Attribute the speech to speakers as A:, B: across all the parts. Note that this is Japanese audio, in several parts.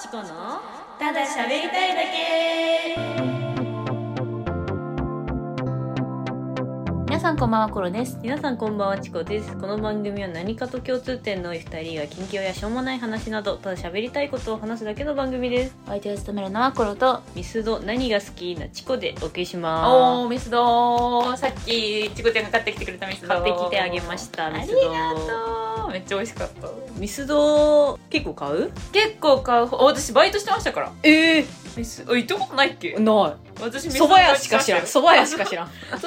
A: チコのただ喋りたいだけ皆さんこんばんはコロです
B: 皆さんこんばんはチコですこの番組は何かと共通点の多い2人が近況やしょうもない話などただ喋りたいことを話すだけの番組です
A: お相手を務めるのはコロと
B: ミスド何が好きなチコでお送りし
C: お
B: ま
C: ーミスドーさっきちこちゃんが買ってきてくれたミス
B: す
C: ド
B: 買ってきてあげましたミ
C: あり
B: ス
C: が
B: ド
C: とうめっちゃ美味しかった
B: ミスド結構買う
C: 結構買う方あ私バイトしてましたから
B: ええ
C: ミスあ行ったことないっけ
B: な
C: 私
B: い
C: ミス
B: 蕎
C: ド
B: 麦屋しか知らん
C: バイト
B: 蕎麦屋しか 知らん
C: ました蕎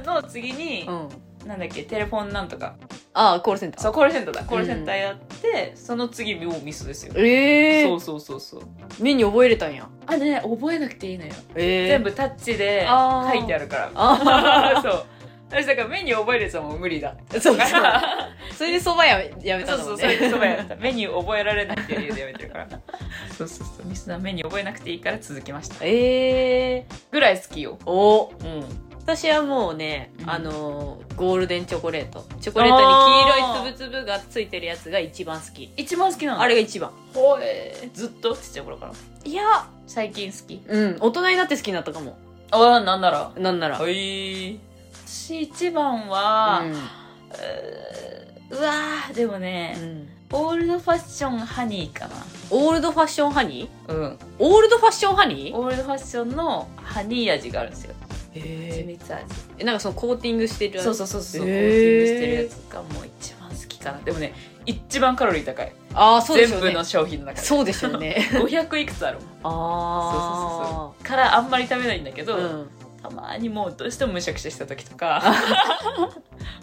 C: 麦屋の次に、
B: うん
C: なんだっけテレフォンなんとか
B: ああコールセンタ
C: そ
B: ー
C: うコールセンターだコールセンターやって、その次もうミスですよ
B: ええ
C: そうそうそうそう
B: 目に覚えれたんや
C: あね覚えなくていいのよ
B: ええ
C: 全部タッチで
B: あー
C: 書いてあるから
B: あ
C: そう私だからメニュー覚えるやつはもう無理だっ て
B: そうそう
C: だから
B: それで蕎麦屋やめ
C: そ
B: た
C: う
B: の
C: そ
B: も
C: うんそれで
B: ね
C: そば やったメニュー覚えられないっていう理由でやめてるからそうそうそうミスなメニュー覚えなくていいから続きました
B: ええ
C: ぐらい好きよ
B: お
C: うん
B: 私はもうね、
C: うん
B: あのーゴールデンチョコレートチョコレートに黄色いつぶつぶがついてるやつが一番好き
C: 一番好きなの
B: あれが一番
C: ほえずっとちっちゃい頃から
B: いや
C: 最近好き
B: うん大人になって好きになったかも
C: ああなんなら
B: なんなら、
C: はい私一番は、うーうわーでもね
B: うん、うん
C: オールドファッションハニーかな
B: オールドファッションハニー
C: うん
B: オールドファッションハニー
C: オールドファッションのハニー味があるんですよ蜂
B: え
C: 蜜味
B: なんかそのコーティングしてる
C: そうそうそうそ
B: へー
C: うコーティングしてるやつがもう一番好きかなでもね一番カロリー高い
B: ああそうでしょ
C: 全
B: う
C: 部
B: ね
C: の商品の中で
B: そうでしょう ね
C: 500いくつあるもん
B: あ
C: からあんまり食べないんだけ
B: あ
C: ど、
B: うん
C: たまにもうどうしてもむしゃくしゃした時とか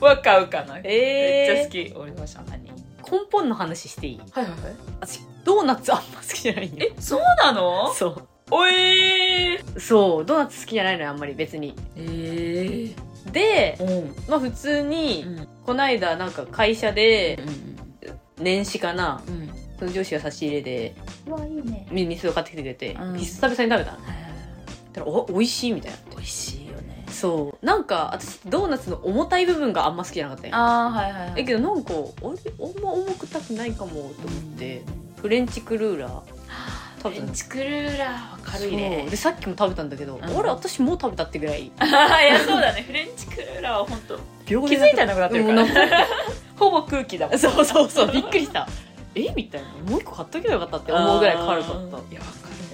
C: は買うかな、
B: えー
C: めっちゃ好き俺のファッションハニー
B: 根本の話していい
C: はいはいはい
B: 私ドーナツあんま好きじゃないんよ
C: えそうなの
B: そ
C: おえー、
B: うそうドーナツ好きじゃないのよあんまり別に
C: え
B: で
C: ー、うん
B: まあ普通に、
C: うん
B: こないだなんか会社で年始かな
C: うんうん
B: その上司が差し入れで
C: うわいいね
B: ミミスを買ってきてくれて、
C: うん
B: 久々に食べたのだからお美味しいみたいになって
C: 美味しいよね
B: そうなんか私ドーナツの重たい部分があんま好きじゃなかったんや
C: ああはいはいは
B: え
C: い
B: けどなんかあれあんま重くたくないかもと思って、フレンチクルーラー食べた
C: フレ
B: の
C: ンチクルーラーは軽
B: そ
C: い
B: う
C: ね
B: でさっきも食べたんだけど、
C: ん
B: あれ私もう食べたってぐらい
C: ああ いやそうだねフレンチクルーラーは本当
B: 気
C: 気づいたらなくなってるか
B: うんな
C: らほぼ空気だ もん
B: そうそうそうびっくりしたえみたいなもう一個買っとけばよかったって思うぐらい軽かっ
C: あーいやわかる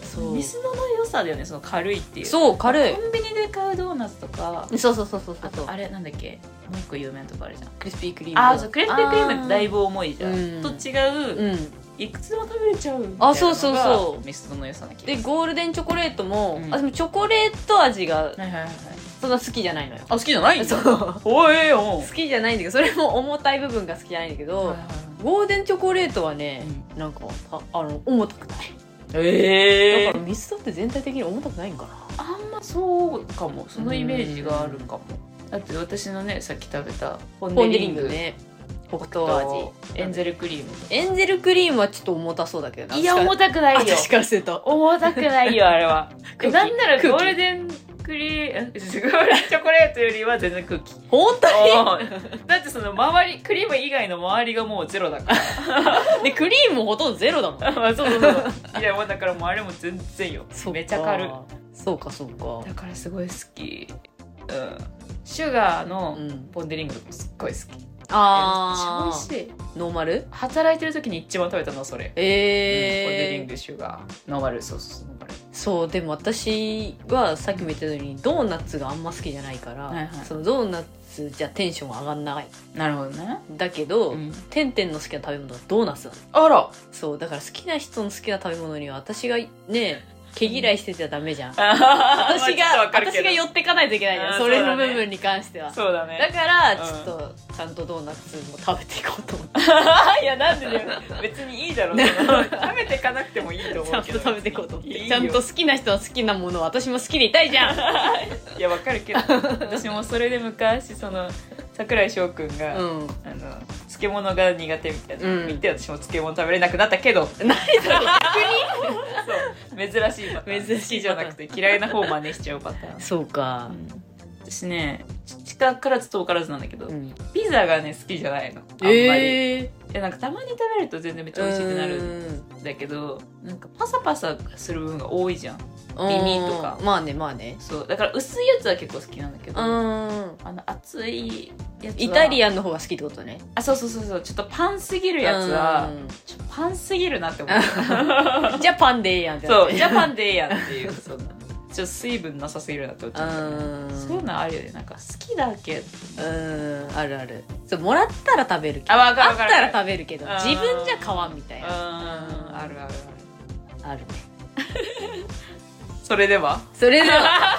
B: そう
C: ミスドの良さだよねその軽いってい
B: た
C: う
B: そう軽い
C: コンビニで買うドーナツとか
B: そうそうそうそうそ
C: あ
B: うそう
C: とあれなんだっけもう一個有名なとこあるじゃん
B: クリスピークリーム
C: ああそうクレープクリームってだいぶ重いじゃ
B: うんん
C: と違う、
B: うん
C: いくつでも食べれちゃうみたいなのが
B: あそうそうそう
C: ミスドの良さな気が
B: です
C: る
B: ゴールデンチョコレートも、
C: うん
B: あでもチョコレート味が
C: はいはいはいはい
B: そんな好きじゃないのよ
C: あ好きじゃないん
B: そ
C: だ
B: う
C: おいお
B: 好きじゃないんだけどそれも重たい部分が好きじゃないんだけど、ゴールデンチョコレートはね、なんかたあの重たく ない、
C: え
B: だからミスドって全体的に重たくないんかな
C: あんまそうかもそのイメージがあるかもだって私のねさっき食べたポン
B: ポ
C: デ
B: ン・デ
C: リ
B: リ
C: ン
B: ン
C: グ
B: グね北
C: と
B: 東味
C: エンゼルクリーム
B: エンゼルクリームはちょっと重たそうだけどない
C: や重
B: た
C: たくないよ
B: 私からすると
C: 重たくないよあれ は
B: 空気
C: なんなら
B: 空気
C: ゴールデンクリームゴールデン チョコレートよりは全然空 気
B: 本当
C: だってその周りクリーム以外の周りがもうゼロだ から
B: に でクリームもほとんどゼロだもん
C: そうそうそう いやもうだからもうあれも全然よ
B: そっか
C: めちゃ軽い
B: そうかそうか
C: だからすごい好きうんシュガーの
B: うん
C: ポン・デ・リングもすっごい好き
B: あ
C: めっ
B: ー
C: ちゃ美味しい
B: ノーマル
C: 働いてる時に一番食べたのはそれうんポン・デ・リ
B: え
C: ン
B: ー
C: グシュガーノーマルそうそうそうノーマル
B: そうでも私はさっきも言ったようにドーナツがあんま好きじゃないから、
C: はいはい
B: そのドーナツじゃテンション上がんない
C: なるほどね、
B: だけど、
C: うん
B: てんてんの好きな食べ物はドーナツなの
C: あら
B: そうだから好きな人の好きな食べ物には私がね毛嫌いしてちゃダメじゃん、 私
C: 私
B: が、私が寄ってかないといけないじゃん
C: あー
B: それ
C: そ
B: の
C: うだね
B: 部分に関してはだ,、
C: そうだ ね
B: から
C: うん
B: ちょっとちゃんとドーナツも食べていこうと思って
C: いやなんでだよ別にいいだろう
B: ね
C: 食べてかなくてもいいと
B: ちゃ
C: 思うん
B: と
C: けど
B: 食べていこうと思って
C: いい
B: ち
C: よ
B: ゃんと好きな人の好きなものを私も好きでいたいじゃん
C: いやわかる けど私もそれで昔その桜井翔くんが、
B: うん
C: あの漬物が苦手みたいなの
B: うん
C: 見て、私も漬物食べれなくなったけど
B: 何それ
C: そう珍しいパターン
B: 珍しいパターン
C: 好きじゃなくて嫌いな方を真似しちゃうパターン、
B: そうか
C: 私ね近からず遠からずなんだけど、
B: うん
C: ピザがね好きじゃないのあんまり、
B: え
C: いやなんかたまに食べると全然めっちゃ美味しくなるんだけどなんかパサパサする部分が多いじゃん
B: うん
C: 耳とか
B: まあねまあね
C: そうだから薄いやつは結構好きなんだけ
B: う
C: どあ
B: ん
C: の熱いやつは
B: イタリ
C: ア
B: アンの方が好きってことね
C: あそうそうそうそうちょっとパンすぎるやつはちょパンすぎるなって思う
B: うんじゃあパンでええやんってなっ
C: そ
B: て
C: うジャパンでええやんって いうそのちょっと水分なさすぎるなって思っち
B: う
C: ゃう、
B: ん
C: そういうのあるよねなんか好きだけ
B: うんあるあるそうもらったら食べるけど
C: あわかる
B: あ
C: わ
B: っ
C: かる
B: たら食べるけど
C: うん
B: 自分じゃ買わんみたい
C: うん
B: な
C: あるあるある
B: あるね
C: それでは
B: それでは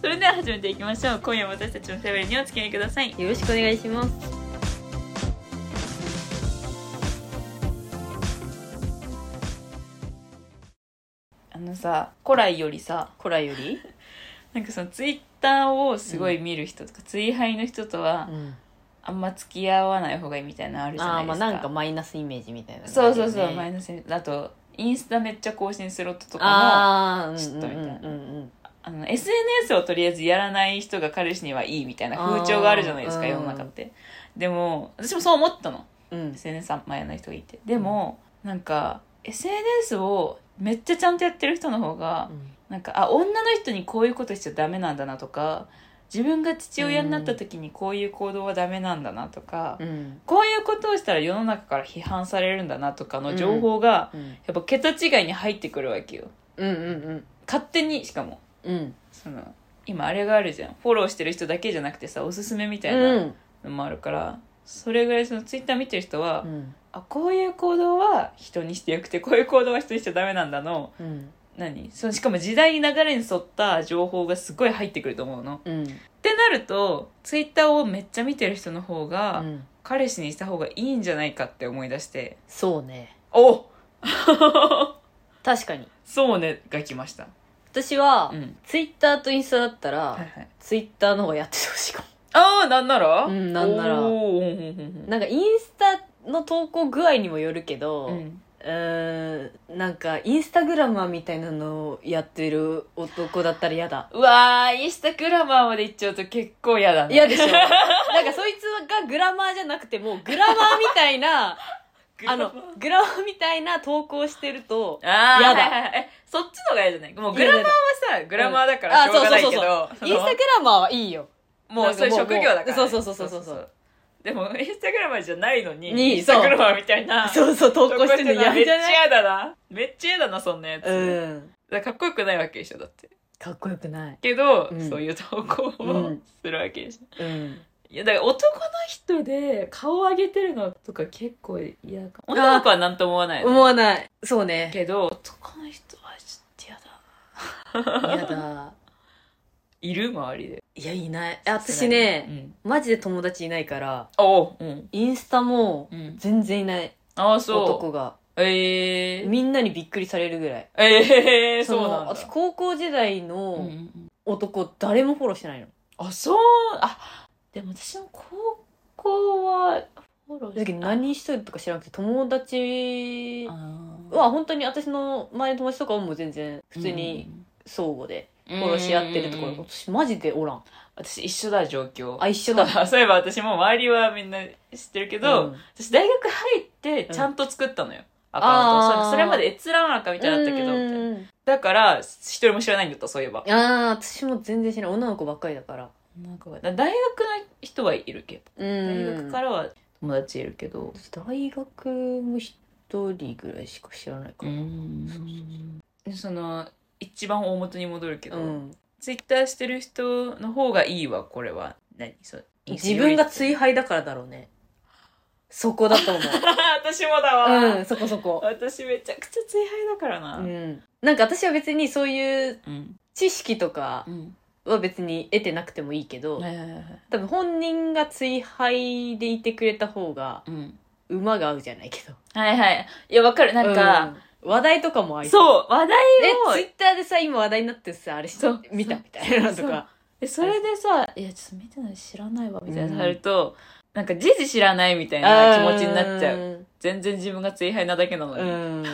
C: それでは始めていきましょう今夜も私たちのしゃべりにお付き合いください
B: よろしくお願いします
C: あのさ古来よりさ
B: コラより
C: なんかそのツイッターをすごい見る人とか、追廃の人とはあんま付き合わない方がいいみたいなのあるじゃ
B: あ
C: な
B: あ
C: いで
B: ますあ
C: か
B: なんかマイナスイメージみたいなのが
C: そ
B: あ
C: う
B: るよ
C: そ
B: ね
C: うそう、マイナスあとインスタめっちゃ更新する夫とかもあ
B: ああ
C: ちょっとみ
B: う
C: たいな
B: んうんうん
C: の SNS をとりあえずやらない人が彼氏にはいいみたいな風潮があるじゃないです
B: あ
C: か
B: ー
C: 世の中ってでも私もそう思ったの
B: うん
C: SNS あんまやらない人がいてでもなんか SNS をめっちゃちゃんとやってる人の方がなんかあ女の人にこういうことしちゃダメなんだなとか自分が父親になった時にこういう行動はダメなんだなとか、
B: うん
C: こういうことをしたら世の中から批判されるんだなとかの情報が
B: うん
C: やっぱ桁違いに入ってくるわけよ
B: うんうん
C: 勝手にしかも
B: うん
C: その今あれがあるじゃんフォローしてる人だけじゃなくてさおすすめみたい
B: うん
C: なのもあるから、それぐらいそのツイッター見てる人は、
B: うん
C: あこういう行動は人にしてよくてこういう行動は人にしちゃダメなんだの
B: うん
C: 何そのしかも時代に流れに沿った情報がすごい入ってくると思うの。
B: うん
C: ってなるとツイッターをめっちゃ見てる人の方が、
B: うん
C: 彼氏にした方がいいんじゃないかって思い出して
B: そうね
C: お
B: 確かに
C: そうねが来ました。
B: 私は
C: うん
B: ツイッターとインスタだった
C: はい
B: ら
C: はい、
B: ツイッターの方がやっててほしいかも
C: ああなんなら
B: うんなんなら
C: おーうんうんうん
B: なんかインスタの投稿具合にもよるけど、
C: う
B: うん、
C: うんん
B: なんかインスタグラマーみたいなのをやってる男だったら嫌だ
C: うわーインスタグラマーまで行っちゃうと結構嫌だね
B: 嫌でし ょ なんかそいつがグラマーじゃなくてもうグラマーみたいなあの グラマーみたいな投稿してると
C: ああ
B: 嫌だ
C: はいはいはいえそっちの方が嫌じゃないもうグラマーはさグラマーだから
B: あ
C: しょうがないけ
B: そう
C: ど、
B: そうそうそうインス
C: そ
B: タ
C: の
B: グラマーはいいよ
C: もうそういう職業だからね、
B: そうそうそうそうそうそう
C: でもインスタグラマーじゃないのに
B: に
C: インスタグラマーみたいな
B: そうそう投稿してるの
C: 投
B: 嫌
C: 稿して
B: じゃない
C: るのめっちゃ嫌だなめっちゃ嫌だなそんなやつ、だ
B: うん
C: からかっこよくないわけでしょだって
B: かっこよくない
C: けど、
B: うん
C: そういう投稿
B: う
C: を
B: ん
C: するわけでしょ、
B: うん
C: いやだから男の人で顔上げてるのとか結構嫌かも女の子は何とも思わない
B: 思わないそうね
C: けど男の人はちょっと嫌だ
B: 嫌だ
C: いる周りで
B: いやいないあ私ね、
C: うん、
B: マジで友達いないから
C: おううん
B: インスタも
C: うん
B: 全然いない
C: ああそ
B: 男が
C: うええー、
B: みんなにびっくりされるぐらい
C: ええー、そう
B: の
C: なんだ
B: 私高校時代
C: うんうんう
B: の
C: ん
B: 男誰もフォローしてないの
C: あそうあでも私の高校はフォロー
B: だけど何してるとか知らなくて友達
C: は
B: は本当に私の前の友達とかはもう全然普通に相互で
C: フ
B: フォローし合ってるところ私マジでおらん
C: 私一緒だ状況
B: あ一緒だ
C: そういえば私も周りはみんな知ってるけど、
B: うん
C: 私大学入ってちゃんと作ったのよ、アカウントを
B: あー
C: それそれまで閲覧赤みたいだったけどみたいな
B: うん
C: だから一人も知らないんだったそういえば
B: ああ私も全然知らない女の子ばっかりだから
C: なんかだから大学の人はいるけど
B: うん
C: 大学からは友達いるけど
B: 大学も一人ぐらいしか知らないかな
C: でその一番大元に戻るけど、
B: うん、
C: ツイッターしてる人の方がいいわこれは何そう
B: 自分が追敗だからだろうねそこだと思
C: 私もだわ、
B: ううんそこそこ
C: 私めちゃくちゃ追敗だからな
B: うんなんか私は別にそういう
C: うん
B: 知識とか
C: うん
B: は別に得てなくてもいいけど、
C: はいはいはいはい
B: 多分本人が追敗でいてくれた方が
C: うん
B: 馬が合うじゃないけど
C: はいはいいやわかるなんか、、
B: うん話題とかも合いそう
C: そう話題
B: え
C: を
B: ツイッターでさ今話題になってるさあれし
C: そう
B: 見たみたいなのと
C: そう
B: か
C: でそれでさ「いやちょっと見てない知らないわ」みたいな
B: うん
C: なると、なんか、じじ知らないみたいな気持ちになっちゃう。
B: う。
C: 全然自分が追敗なだけなの
B: う
C: に。
B: ん。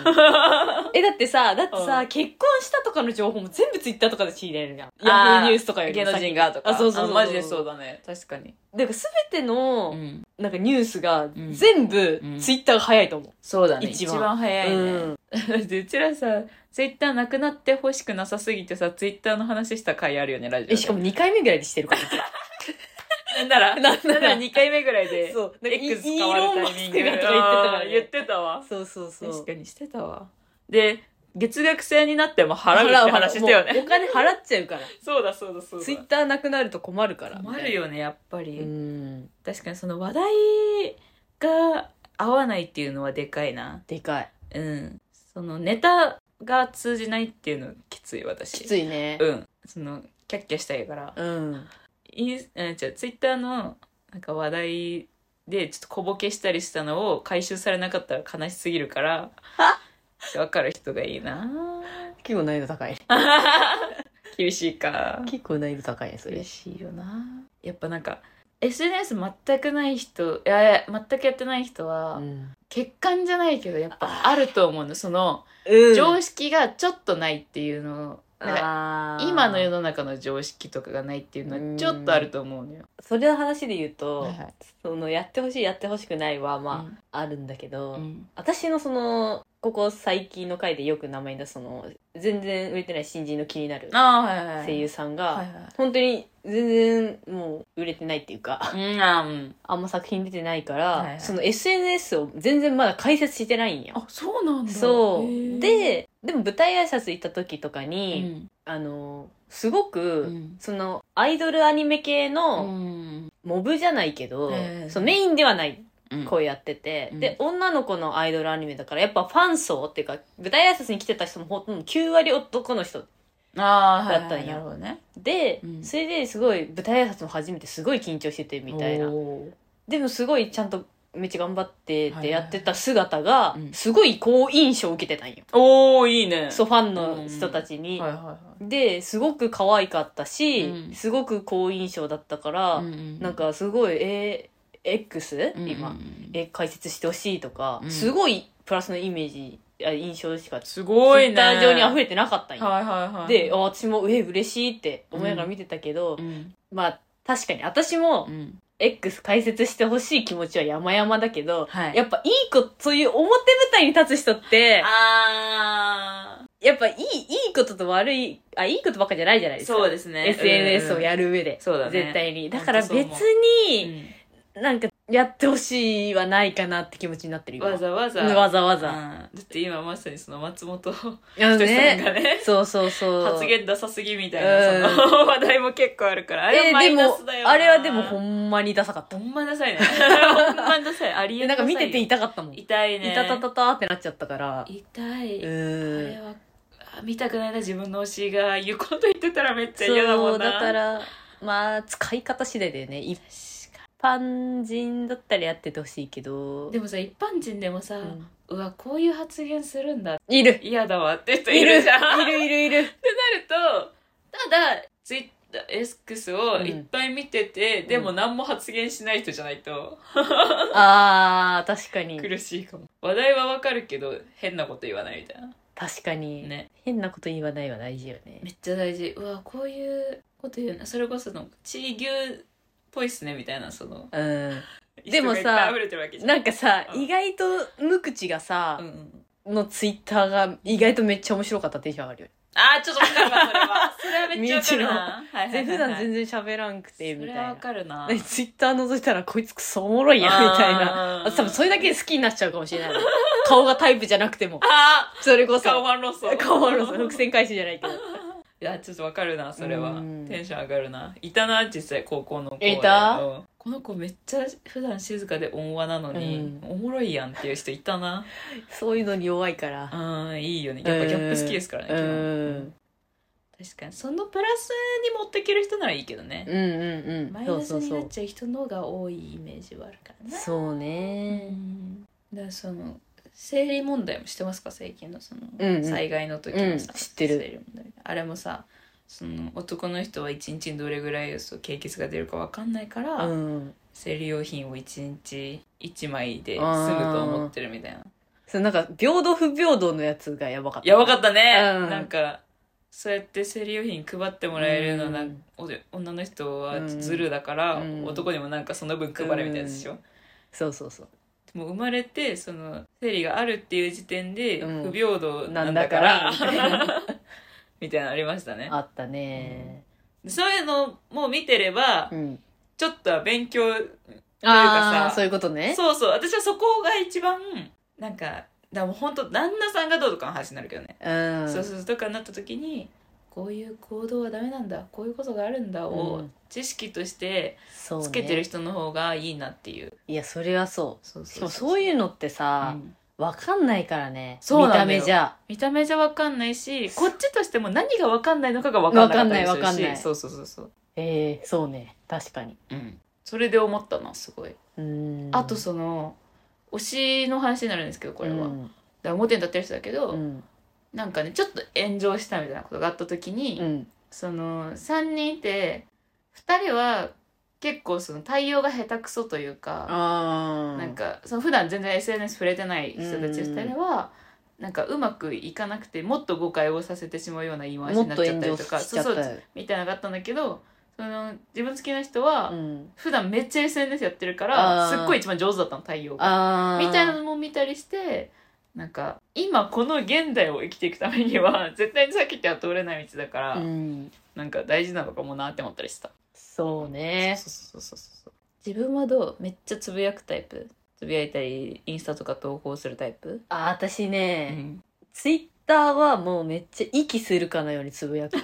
B: え、だってさ、だって
C: う
B: さ、
C: ん
B: 結婚したとかの情報も全部ツイッターとかで仕入れるじゃん。ヤ
C: あー
B: フーニュースとかより
C: 芸
B: も
C: 能
B: 先
C: 人がとか。
B: あ、そうそうそう。
C: マジでそう
B: だ。
C: だね。確かに。
B: だから全ての、
C: ん。
B: なんかニュースが
C: ん
B: 全部
C: うん
B: ツイッターが早いと思
C: そうだね。
B: 一
C: 一
B: 番
C: 番早いね。
B: うん
C: でうちらさ、ツイッターなくなってほしくなさすぎてさ、ツイッターの話した回あるよね、ラジオ
B: う。
C: で。
B: え、しかも2回目ぐらいでしてるから。
C: なんなら、
B: なんなら
C: 2回目ぐらい で、
B: そう。なんかイ
C: X
B: イ
C: 変
B: ー
C: わる
B: ロン・
C: タ
B: マ
C: イミ
B: ス
C: ング
B: クがとか
C: うん
B: 言
C: 言
B: っ
C: っててたわ
B: た。。そうそうそう。
C: 確かにしてたわ。で、月額制になっても払うって
B: 払う
C: 話したよ
B: もう
C: ね。
B: お金払っちゃうから。
C: そうだそうだそうだ。
B: ツイッターなくなると困るから。
C: 困るよね、やっぱ
B: み
C: り。
B: たいな。うん。
C: 確かにその話題が合わないっていうのはでかいな。
B: でかい。
C: うん。そのネタが通じないっていうのきつい、私。
B: きついね。
C: うん。その、キャッキャしたいから。
B: うん。
C: インス、あ、違う、ツイッターの、なんか話題で、ちょっと小ボケしたりしたのを回収されなかったら悲しすぎる から、わかる人がいいな
B: 結構難易度高いね。
C: 厳しいか。
B: 結構難易度高いね、それ
C: 嬉。しいよなやっぱなんか、SNS 全くない人、いやいや、全くやってない人は、
B: うん。
C: 欠陥じゃないけど、やっぱあると思うの。その、常識がちょっとないっていうのなんか
B: あー
C: 今の世の中の常識とかがないっていうのはちょっとあると思うのよ。
B: それの話で言うと、
C: はいはい
B: そのやってほしいやってほしくないはまあ、あるんだけど、
C: うん
B: 私のそのここ最近の回でよく名前出すその全然売れてない新人の気になる
C: ああ、はいはいはい。
B: 声優さんが、
C: はいはい。
B: 本当に全然もう売れてないっていうか
C: うん、あうん。
B: あんま作品出てないから、
C: はいはい
B: その SNS を全然まだ解説してないんよ。
C: あ、そうなんだ。
B: そうででも舞台挨拶行った時とか
C: う
B: に、
C: ん、
B: あのすご
C: う
B: く、
C: ん。
B: そのアイドルアニメ系の、
C: うん。
B: モブじゃないけど、
C: ええ
B: そうメインではない
C: うん
B: 声やってて、
C: うん
B: で女の子のアイドルアニメだからやっぱファン層っていうか舞台挨拶に来てた人もほとんど9割男の人
C: ああ、はい、
B: だったんよ
C: なるほどね。
B: で、
C: うん
B: それですごい舞台挨拶も初めてすごい緊張しててみたいな
C: おー
B: でもすごいちゃんとめっちゃ頑張ってっ
C: はいはいは
B: て
C: い
B: やってた姿が
C: うん
B: すごい好印象を受けてたんよ、
C: おー、いいね。
B: そうファンの人たちに。
C: はいはいは
B: ですごく可愛かったし、
C: うん
B: すごく好印象だったから、
C: い。うん
B: なん、かすごいえー X
C: うん
B: 今、。
C: うん
B: え解説してほしいとか、
C: うん
B: すごいプラスのイメージあ印象しかツ
C: すごい
B: イ
C: ね。
B: ッター上に溢れてなかったんよ、
C: はいはいはい。
B: であ、私もえ嬉しいって思いながら見てたけど、
C: うん。
B: まあ確かに私も
C: うん。
B: X 解説してほしい気持ちは山々だけど、
C: はい。
B: や
C: っ
B: っぱいい子そういう表舞台に立つ人って
C: あ
B: やっぱいいいいことと悪いあいいことばっかじゃないじゃないですか
C: そうですね。
B: SNS をやる上で、
C: そうだね
B: 絶対にだから別
C: 本当そうん
B: に、なんかやってほしいはないかなって気持ちになってる
C: うん
B: 今
C: わざわざ。
B: うんわざわざ
C: うんだって今まさにその松本人
B: あの
C: 志さん
B: ね
C: がね、
B: そうそうそう。
C: 発言ダサすぎみたいな、
B: うん
C: その話題も結構あるから、あ
B: あ
C: れはマ
B: で
C: イナ
B: も
C: スだよ、な
B: あれはでもほんまにダサかっ
C: ほ
B: た。
C: んまダサいね。 ほんまダサい。ありえ
B: なんか見てて
C: い
B: 痛かったもん。い
C: 痛いね。
B: たたたたってなっちゃったから。
C: 痛い。
B: う
C: あ
B: ー
C: れ
B: ん。
C: は、あ見たくないな、自分の推しが。言うこと言ってたらめっちゃ嫌だも
B: そ
C: ん
B: う、
C: な。
B: だか。ら、まあ、使い方次第だよね。一般人だったらやっててほしいけど。
C: でもさ、一般人でもさ、う
B: うん
C: わ、こういう発言するんだ。
B: いる
C: 嫌だわって人
B: い
C: い
B: る
C: るじゃん。
B: いるいるいる。
C: ってなると、ただ、ツイッター、X を
B: うん
C: いっぱい見てて、
B: ん
C: でも何も発言しない人じゃないと
B: あー、確かに。
C: 苦しいかも。話題はわかるけど、変なこと言わないみたいな。
B: 確かに。
C: ね。
B: 変なこと言わないは大事よね。
C: めっちゃ大事うわこういうこと言うなそれこその地ー牛っぽいっすねみたいなその
B: うん。で
C: 人
B: も
C: が
B: さ
C: いっぱい溢れてるわけじゃん
B: なんかさ、
C: うん
B: 意外と無口がさ、
C: うんうん、
B: のツイッターが意外とめっちゃ面白かったテンション上がるよね。
C: あーちょっとわかるわそれはそれはめっち ゃわかるな、はいはいはいはい、
B: 普段全然喋らんくて、み
C: そ
B: た
C: れ
B: い
C: はわ
B: な。
C: か るな
B: でツイッター覗いたらこいつクソおもろいや、みたいな。
C: な
B: あ多分それだけで好きになっちゃうかもしれない。顔がタイプじゃなくても。
C: あ
B: それこ
C: ー顔
B: そ。
C: ワンロス
B: 顔 は伏線回収じゃないけど。
C: いやちょっとわかるなそれは
B: うん
C: テンション上がるないたな実際高校の子で
B: いた
C: うんこの子めっちゃ普段静かで温和なのに、
B: う
C: おもろいやんっていう人いたな
B: そういうのに弱いから。
C: うんいいよねやっぱギャップ好きですからね、
B: う
C: 基本
B: ん。
C: 確かにそのプラスに持ってける人ならいいけどね
B: うん、うんう
C: マ
B: ん。
C: イ
B: そ
C: ナ
B: う
C: ス
B: そう
C: に
B: そ
C: なっ
B: う。
C: ちゃう人の方が多いイメージはあるからね
B: そう
C: う
B: ね。
C: んだからその生理問題もしてますか最近のその、
B: うんうん
C: 災害の時のさ、
B: うん知ってる
C: 生理問題あれもさその男の人は一日にどれぐらいそう経血が出るかわかんないから、
B: うん。
C: 生理用品を1日1枚で済むと思ってるみたいな
B: そのなんか、平等不平等のやつがやばかった。
C: やばかったね、
B: うん
C: なんかそうやって生理用品配ってもらえるのなん
B: うん
C: お女の人はズルだから、
B: うん
C: 男にもなんかその分配れみたいなやつでしょ、
B: そうそうそう。
C: もう生まれてその生理があるっていう時点で
B: うん
C: 不平等なんだから,、
B: なんだからみたいな
C: みたいなのありましたね
B: あったね。
C: そういうのも見てれば、
B: うん。
C: ちょっとは勉強
B: ああ
C: さ
B: ー、そういうことね。
C: そうそう私はそこが一番なんかだからもう本当旦那さんがどうとかの話になるけどね、
B: うん。
C: そうそうそうとかになった時にこういう行動はダメなんだこういうことがあるんだを、
B: うん
C: 知識として
B: そうね
C: つけてる人の方がいいなっていう
B: いや、それはそう。
C: そう
B: しかもそう
C: う
B: いうのってさ
C: う、ん
B: わかんないからね。
C: そう
B: 見
C: な
B: た
C: んだよ
B: 目じゃ。
C: 見た目じゃわかんないしこっちとしても何がわかんないのかがわかんない
B: わかんないわかんない
C: そうそうそうそう、
B: ええそうね。確かに。
C: うん、それで思ったのすごい、
B: うん。
C: あとその推しの話になるんですけどこ
B: う
C: れは、だか
B: ん。
C: ら表に立ってる人だけど、
B: うん。
C: なんかねちょっと炎上したみたいなことがあった時に、
B: うん。
C: その3人いて2人は結構その対応が下手くそというか、
B: ああ。
C: なん、かその普段全然 SNS 触れてない人たち
B: うん
C: 2人は、なんかうまくいかなくてもっと誤解をさせてしまうような言い回し
B: も
C: に
B: っ
C: なっ
B: と
C: ちゃ
B: 炎
C: ったり
B: 上
C: とか
B: しちゃった
C: そうそう
B: よ。
C: みたいなのがあったんだけどその自分好きな人は、
B: うん。
C: 普段めっちゃ SNS やってるから
B: あー
C: すっごい一番上手だったの対応が。
B: ああ。
C: みたいなのも見たりしてなんか今この現代を生きていくためには 絶対に避けては通れない道だから、
B: うん。
C: なんか大事なのかもなって思ったりした、
B: そうね。
C: そうそうそうそう自分はどうめっちゃつぶやくタイプつぶやいたりインスタとか投稿するタイプ、
B: あ、私ね、
C: ん、
B: ツイッターはもうめっちゃ息するかのようにつぶ やく。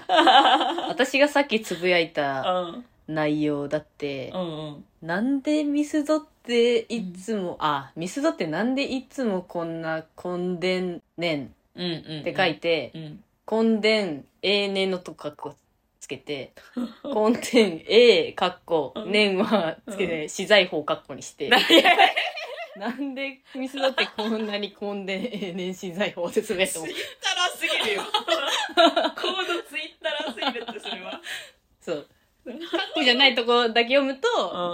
B: 私がさっきつぶやいた内容だって
C: う、んうん
B: なんでミスドっていつも、あ、ミスドってなんでいつもこんな混んねんっ
C: うんうん
B: て書い
C: て
B: て、
C: うん
B: 混ん永年のとかっこつけて、混ん A かっこ
C: うん
B: 年はつけて、資材法かっこに して、なんでミスドってこんなに混んで永年資材法でつぶやい ても、
C: らすぎ るよコードツイッターらすぎるってそれは
B: そう。カッコじゃないとこだけ読むと、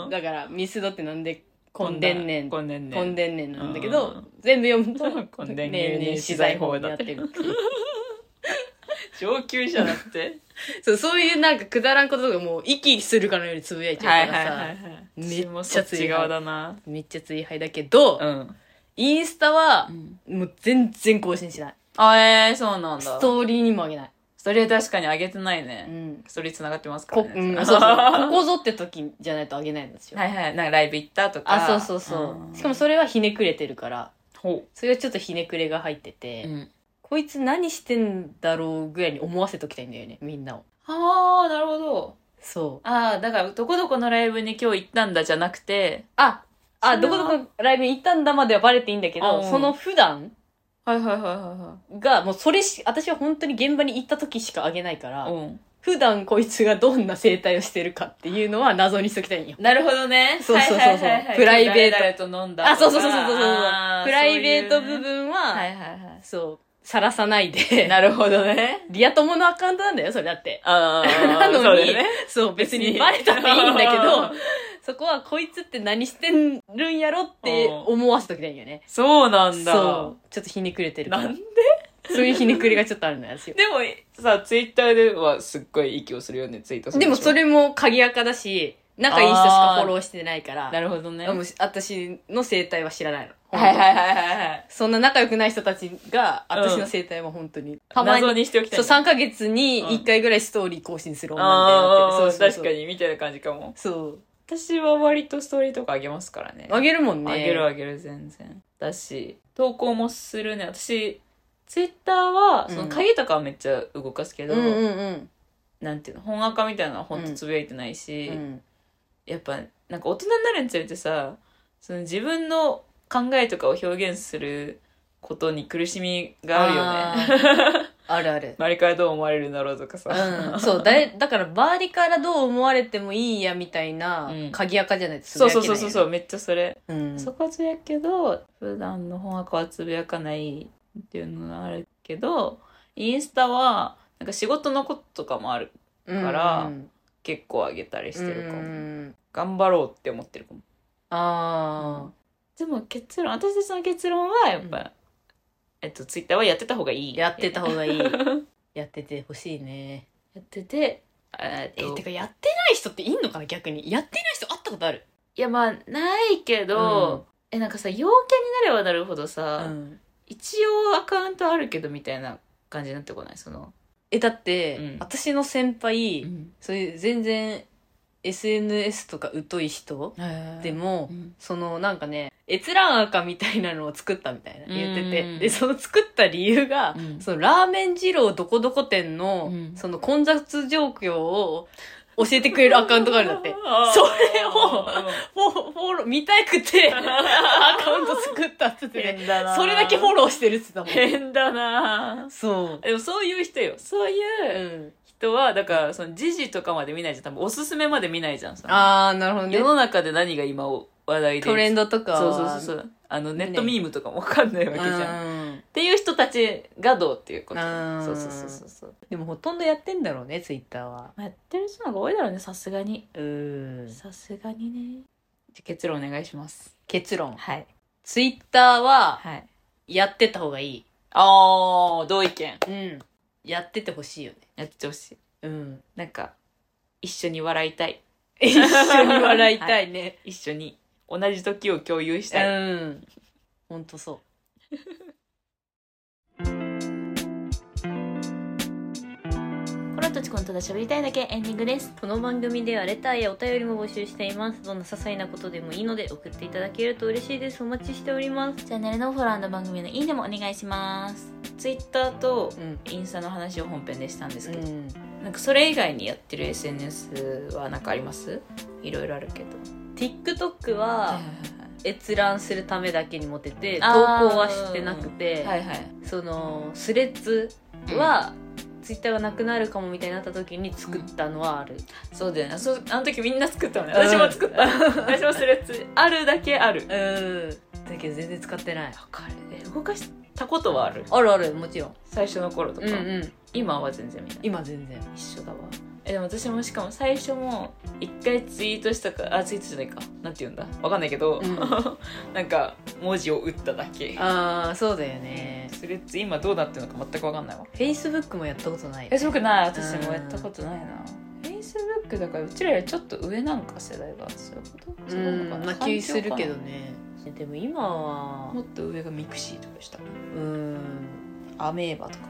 C: うん
B: だから、ミスドってなんで、コンデンネン、コ
C: こんでんね
B: ンデンネンなんだけ
C: う
B: ど
C: ん、
B: 全部読むと、
C: コンデン
B: ね
C: ネ
B: ん
C: ン
B: ねん資材法になってる。
C: 上級者だ って
B: そう、そういうなんかくだらんこととかもう、息するかのようにつぶやいちゃうからさ、
C: い
B: めっちゃ
C: 私もそっち側だな
B: めっちゃ追敗だけど、
C: うん、
B: インスタは、もう全然更新しない。
C: あえー、そうなんだ
B: ストーリーにもあげない。
C: それ確かに上げてないうね、
B: ん。
C: それ繋がってますか
B: こ
C: ら、ね、
B: うん、そうそう。ここぞって時じゃないとあげないんですよ。
C: はいはいなんかライブ行ったとか
B: あ、そうそうそう。しかもそれはひねくれてるから、
C: ほ
B: それはちょっとひねくれが入ってて、
C: う、うん、
B: こいつ何してんだろうぐらいに思わせときたいんだよね、みんなを。
C: ああなるほど
B: そう。
C: ああだからどこどこのライブに今日行ったんだじゃなくて
B: あ、あ、
C: それ
B: どこ
C: は
B: どこライブに行ったんだまではバレていいんだけど、
C: うん
B: その普段
C: はいはいはいは
B: が、もうそれし、私は本当に現場に行った時しかあげないから、
C: うん
B: 普段こいつがどんな生態をしてるかっていうのは謎にしときたいんよ。
C: なるほどね
B: そうそうそうそう
C: はいはいはいはい
B: プライベート
C: 誰々と飲んだ
B: あ、そうそうそうそうそうそう。プ
C: あー
B: ライベート
C: そうい
B: 部
C: うね
B: 分は、
C: はいはいは
B: そう、さらさない
C: い
B: で。
C: なるほどね
B: リア友のアカウントなんだよ、それだって。
C: あ ー
B: なのに
C: そうだよね
B: そう、別にバレたらいいんだけど、そこはこいつって何してるんやろって思わせときたいんよね。
C: そうなんだ。
B: そう。ちょっとひねくれてるか
C: な
B: ら
C: ん。で
B: そういうひねくれがちょっとあるのよ、私
C: でもさ、ツイッターではすっごい息をするよね、ツイートする
B: で
C: しょ
B: もそ。れも鍵垢だし、仲いい人しかフォローしてないから、
C: なるほどね。はい
B: もう私の生態は知らないの。
C: はいはいはいはい。
B: そんな仲良くない人たちが、
C: うん
B: 私の生態は本当に。たまに。
C: 謎にしておきたい
B: そう、
C: ね。
B: 3ヶ月に1回ぐらいストーリー更新する女みたいにな
C: ああ、
B: ってる。
C: 確か。に、みたいな感じかも。
B: そう。
C: 私は割とストーリーとかあげますからね。
B: あげるもんね。
C: あげるあげる、全然。だし、投稿もするね。私、ツイッターは、その鍵とかはめっちゃ動かすけ
B: う
C: ど、
B: んうんうん。
C: なんていうの、本垢みたいなのはほんとつぶやいてないし、
B: うん
C: やっぱなんか大人になるにつれてさその自分の考えとかを表現することに苦しみがあるよね
B: あるある。
C: 周りからどう思われるんだろうとかさ、
B: うん、そうだいだから周りからどう思われてもいいやみたいな
C: うん
B: 鍵垢じゃないとつぶ
C: そう
B: やけ
C: そ
B: な
C: う
B: い
C: そ
B: よね
C: うそうそうめっちゃそれ、
B: うん
C: そこはつぶやくけど普段の本垢はつぶやかないっていうのがあるけどインスタはなんか仕事のこととかもある
B: うん
C: から
B: うん
C: 結構あげたりし
B: してて
C: る
B: るか
C: かも、
B: も
C: 頑張ろうって思ってるかも
B: あ
C: でも結論私たちの結論はやっぱ、
B: うん
C: えっとツイッターはやってた方がいい
B: やってた
C: 方
B: 方が いいやっててほしいね
C: やっててえっ
B: え
C: と
B: てかやってない人っていんのかな逆にやってない人会ったことある
C: いやまあないけど、えなんかさ陽キャになればなるほど
B: う
C: さ、
B: ん
C: 一応アカウントあるけどみたいな感じになってこないその、
B: えだって、
C: うん
B: 私の先輩、そういう全然 SNS とか疎い人で
C: で
B: も、
C: も、
B: そのなんかね閲覧赤みたいなのを作ったみたいな言ってて、
C: うん
B: でその作った理由が、
C: うん
B: そのラーメン二郎どこどこ店の、
C: うん
B: その混雑状況を教えてくれるアカウントがあるんだってそれ をフォフォロー見たく てアカウント作ったっつってて、
C: だ
B: それだけフォローしてるっつってたもん
C: 変だな
B: そう
C: でもそういう人よそういうううん人はだからその時事とかまで見ないじゃん多分おすすめまで見ないじゃんさ
B: ああなるほどね
C: 世の中で何が今話題で
B: トレンドとか
C: そう
B: は
C: そうそうそうあのネ
B: ね
C: ットミームとかもわかんないわけじゃん、っ
B: うん
C: ていう人たちがどうっていうこと
B: うん
C: そうそうそうそうそう
B: でもほとんどやってんだろうねツイッターは
C: やってる人の方が多いだろうねさすがに
B: うん
C: さすがにねじゃあ結論お願いします
B: 結論
C: はい
B: ツイッターは
C: はい
B: やってた方がいい
C: ああ同意見
B: うんやっててほしいよね
C: やってほしい
B: うん
C: なんか一緒に笑いたい
B: 一緒に笑いたいね、
C: 一緒に同じ時を共有した い、
B: うんほんとそう
A: コロとチコンとだ喋りたいだけエンディングです
B: この番組ではレターやお便りも募集していますどんな些細なことでもいいので送っていただけると嬉しいですお待ちしております
A: チャンネルのフォロー番組のいいねもお願いします
C: ツイッターと
B: うん
C: インスタの話を本編でしたんですけど、
B: ん
C: なんかそれ以外にやってる SNS は何かありますいろいろあるけど
B: TikTok は閲覧するためだけに持ってて投稿
C: あー
B: はしてなくて、
C: はいはい
B: そのスレッズは、ツイッターがなくなるかもみたいになった時に作ったのはある、
C: そうだよねそうあの時みんな作ったのね
B: うん
C: 私も作った、 私もそれつあるだけある
B: うんだけど全然使ってない
C: わかるえ動かしたことはある
B: あるあるもちろん
C: 最初の頃とか、
B: ん
C: 今は全然見ない
B: 今全然
C: 一緒だわえでも私もしかも最初も一回ツイートしたかあツイートじゃないかなんて言うんだわかんないけど、
B: うん
C: なんか文字を打っただけ
B: ああそうだよね
C: スレッズ今どうなってるのか全くわかんないわ
B: Facebook もやったことない
C: フェイスブックない私もやったことないなフェイスブックだからうちらよりちょっと上なんか世代がそういうこと
B: う
C: そうなの
B: ん
C: かな
B: な気するけど
C: 環境
B: ねでも今
C: かなも
B: は
C: っと上がミクシーとかした
B: うん
C: アメーバとか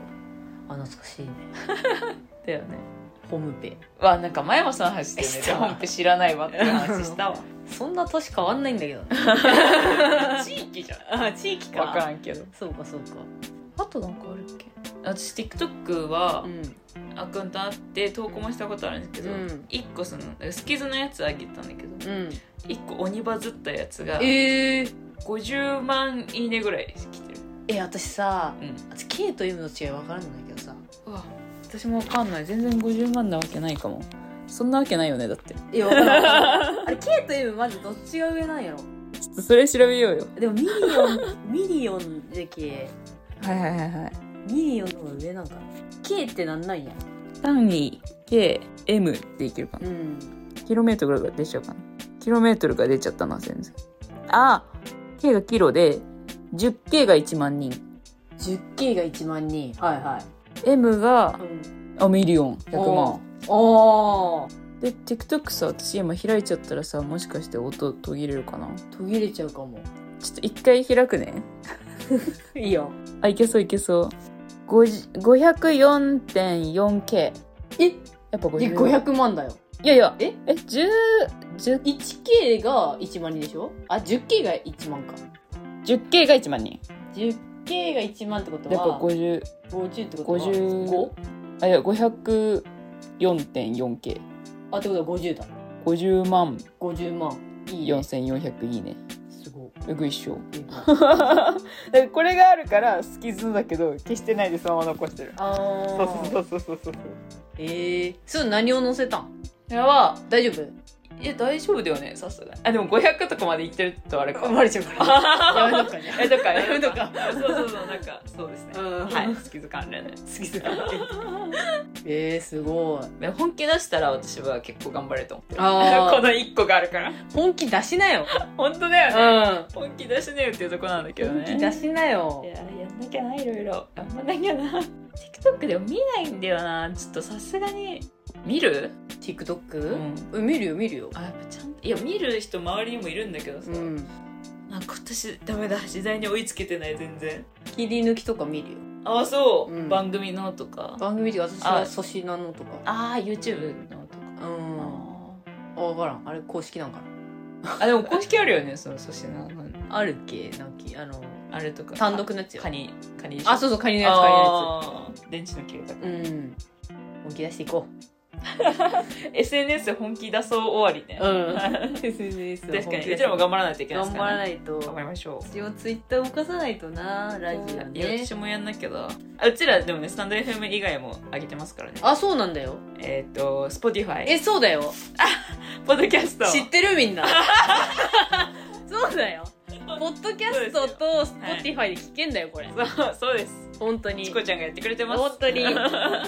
B: あ懐かしいね
C: だよね
B: ホームペ
C: わなんか前もその話して
B: し
C: ね
B: た
C: ホームペ知らないわって話したわ
B: そんな年変わんないんだけどね
C: 地域じゃん
B: あ地域
C: 分からんけど
B: そうかそうか
C: あとなんかあるっけ私 TikTok は
B: ん
C: アカウントあって投稿もしたことあるんですけど、
B: うん
C: 一個そのスキズのやつあげたんだけど
B: うん
C: 一個鬼バズったやつが
B: ええ
C: 50万いいねぐらい来てる
B: え私さ
C: うん
B: 私 K と M の違い分からんんだけどさ
C: 私もわかんない全然50万なわけないかもそんなわけないよねだってち
B: いや分からん あれ K と M マジどっちが上なんやろ
C: ょっとそれ調べようよ
B: でもミリオ ンミリオンじゃけ
C: はいはいはいはい
B: ミリオンの方が上なんかな K ってなんないやん
C: 単位 KM でいけるかな
B: うん
C: キロメートルが出ちゃうかなキロメートルが出ちゃったな全然あ K がキロで 10K が1万人
B: 10K が1万人はいはい、
C: M が
B: うん、
C: あミリオン100
B: お
C: 万
B: あ
C: で TikTok さ私今開いちゃったらさもしかして音途切れるかな
B: ー途切れちゃうかも
C: ちょっと一回開くね
B: いいよ
C: あ、いけそういけそう。50 504.4K。やっ
B: え
C: ぱ
B: で
C: 50。
B: 500万だよ
C: いやいや、
B: え
C: え、10、10、
B: 1K が1万人でしょあ 10K が1万か
C: 10K が1万人。
B: 10K が1万ってこと
C: やっぱ
B: は
C: 50、
B: 50ってことは
C: 50
B: 5?
C: あ、いや、504.4K。
B: あってことは50だ
C: 50万
B: 50万いいね
C: 4400いいね。
B: すご
C: うぐいっしょ。
B: いいね
C: これがあるから好きずだけど、消してないでそのまま残してる。
B: あ
C: そう
B: ー
C: そうそうそうそうそう。
B: ええー、それ何を載せたん
C: これは、
B: 大丈夫
C: いや大丈夫だよねさすがにあでも500とかまでいってるとあれか
B: バレちゃうから。やめとくかね。
C: えとか
B: や めとくか。
C: そうそうそうなんかそうですね
B: うん
C: はい好きず関連で好きず関
B: えー、すごい。
C: 連本気出したら私は結構頑張れると思ってる
B: あー
C: この1個があるから
B: 本気出しなよ。
C: 本当だ
B: うん。
C: よね、
B: 本
C: 本気出しねよっていうとこなんだけどね
B: 気出しなよ
C: い。ややんなきゃないろいろ頑張んなきゃな TikTok でも見ないんだよなちょっとさすがに見る
B: TikTok? うん、見るよ見るよ。
C: あやっぱちゃんといや見る人周りにもいるんだけどさ、
B: うん。
C: なんか私ダメだ時代に追いつけてない全然
B: 切り抜きとか見るよ。
C: ああそう、
B: うん
C: 番組のとか
B: 番組で私
C: あ
B: は粗品のとか。
C: ああ YouTube のとか
B: うん。あ、わからん。あれ公式なんか
C: あーあでも公式あるよねその粗品の
B: な。あるっけなんか、あの、
C: あれとか
B: 単独のやつよ
C: カ。ニカニ
B: あ、そうそう、カニ
C: う
B: のやつ、カニのや
C: 電池の切れた
B: つ。うん。本気出していこ
C: SNS 本気出そう終わりね
B: う。 うん。SNS
C: 確かにうちらも頑張らないといけないです
B: 頑
C: か
B: 張ら
C: ら、ね、
B: ないと。
C: 張りましょ
B: 一応ツイッター動かさないとな、ラジオ
C: いや
B: ね
C: 私。もやんなきゃだあうちらでもねスタンド FM 以外も上げてますからね
B: あ、そうなんだよ。
C: えっ、と Spotify
B: え、そうだよ。
C: ポッドキャスト
B: 知ってるみ んな。そうだよ。ポッドキャストとスポティファイで聞けんだよ、これ。
C: そうそうです
B: 本当に
C: チ。コちゃんがやってくれてます
B: 本当に
C: あ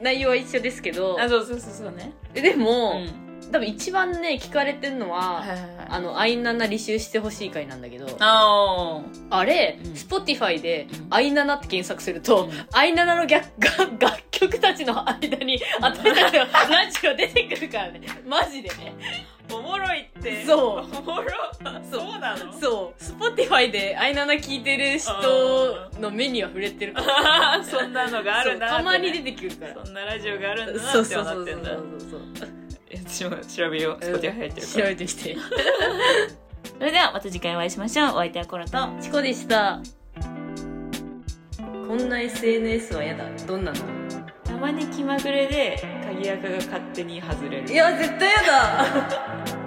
B: 内容は一緒ですけど。
C: そうそうそうそうね
B: えで
C: う
B: も、
C: ん
B: 多分一番ね、聞かれてるのは、
C: いはいはい
B: あの、アイナナ履修してほしい回なんだけど、
C: あ
B: あれ、
C: うん
B: Spotify で
C: うん、
B: アイナナって検索すると、
C: うん
B: アイナナの逆が楽曲たちの間に、私たちのラジオ出てくるからね。マジでね。
C: ーおもろいって
B: そう
C: おもろそうなの
B: そう。Spotify でアイナナ聞いてる人の目には触れてるから。
C: あー そんなのがあるな
B: そうたまに
C: 出
B: 出
C: て
B: てくるから。
C: そんなラジオがあるんだ
B: そう
C: なって
B: そう
C: な
B: そ
C: っ
B: う
C: て
B: そ
C: んだ
B: うそう。
C: 私も調べよう Spotify 入ってるか
B: 調
C: ら
B: べてきて。
C: それではまた次回お会いしましょうお相手はコロと
B: チコでした。こんな SNS はやだ。どんなの
C: たまに気まぐれで鍵垢が勝手に外れる
B: いや、絶対やだ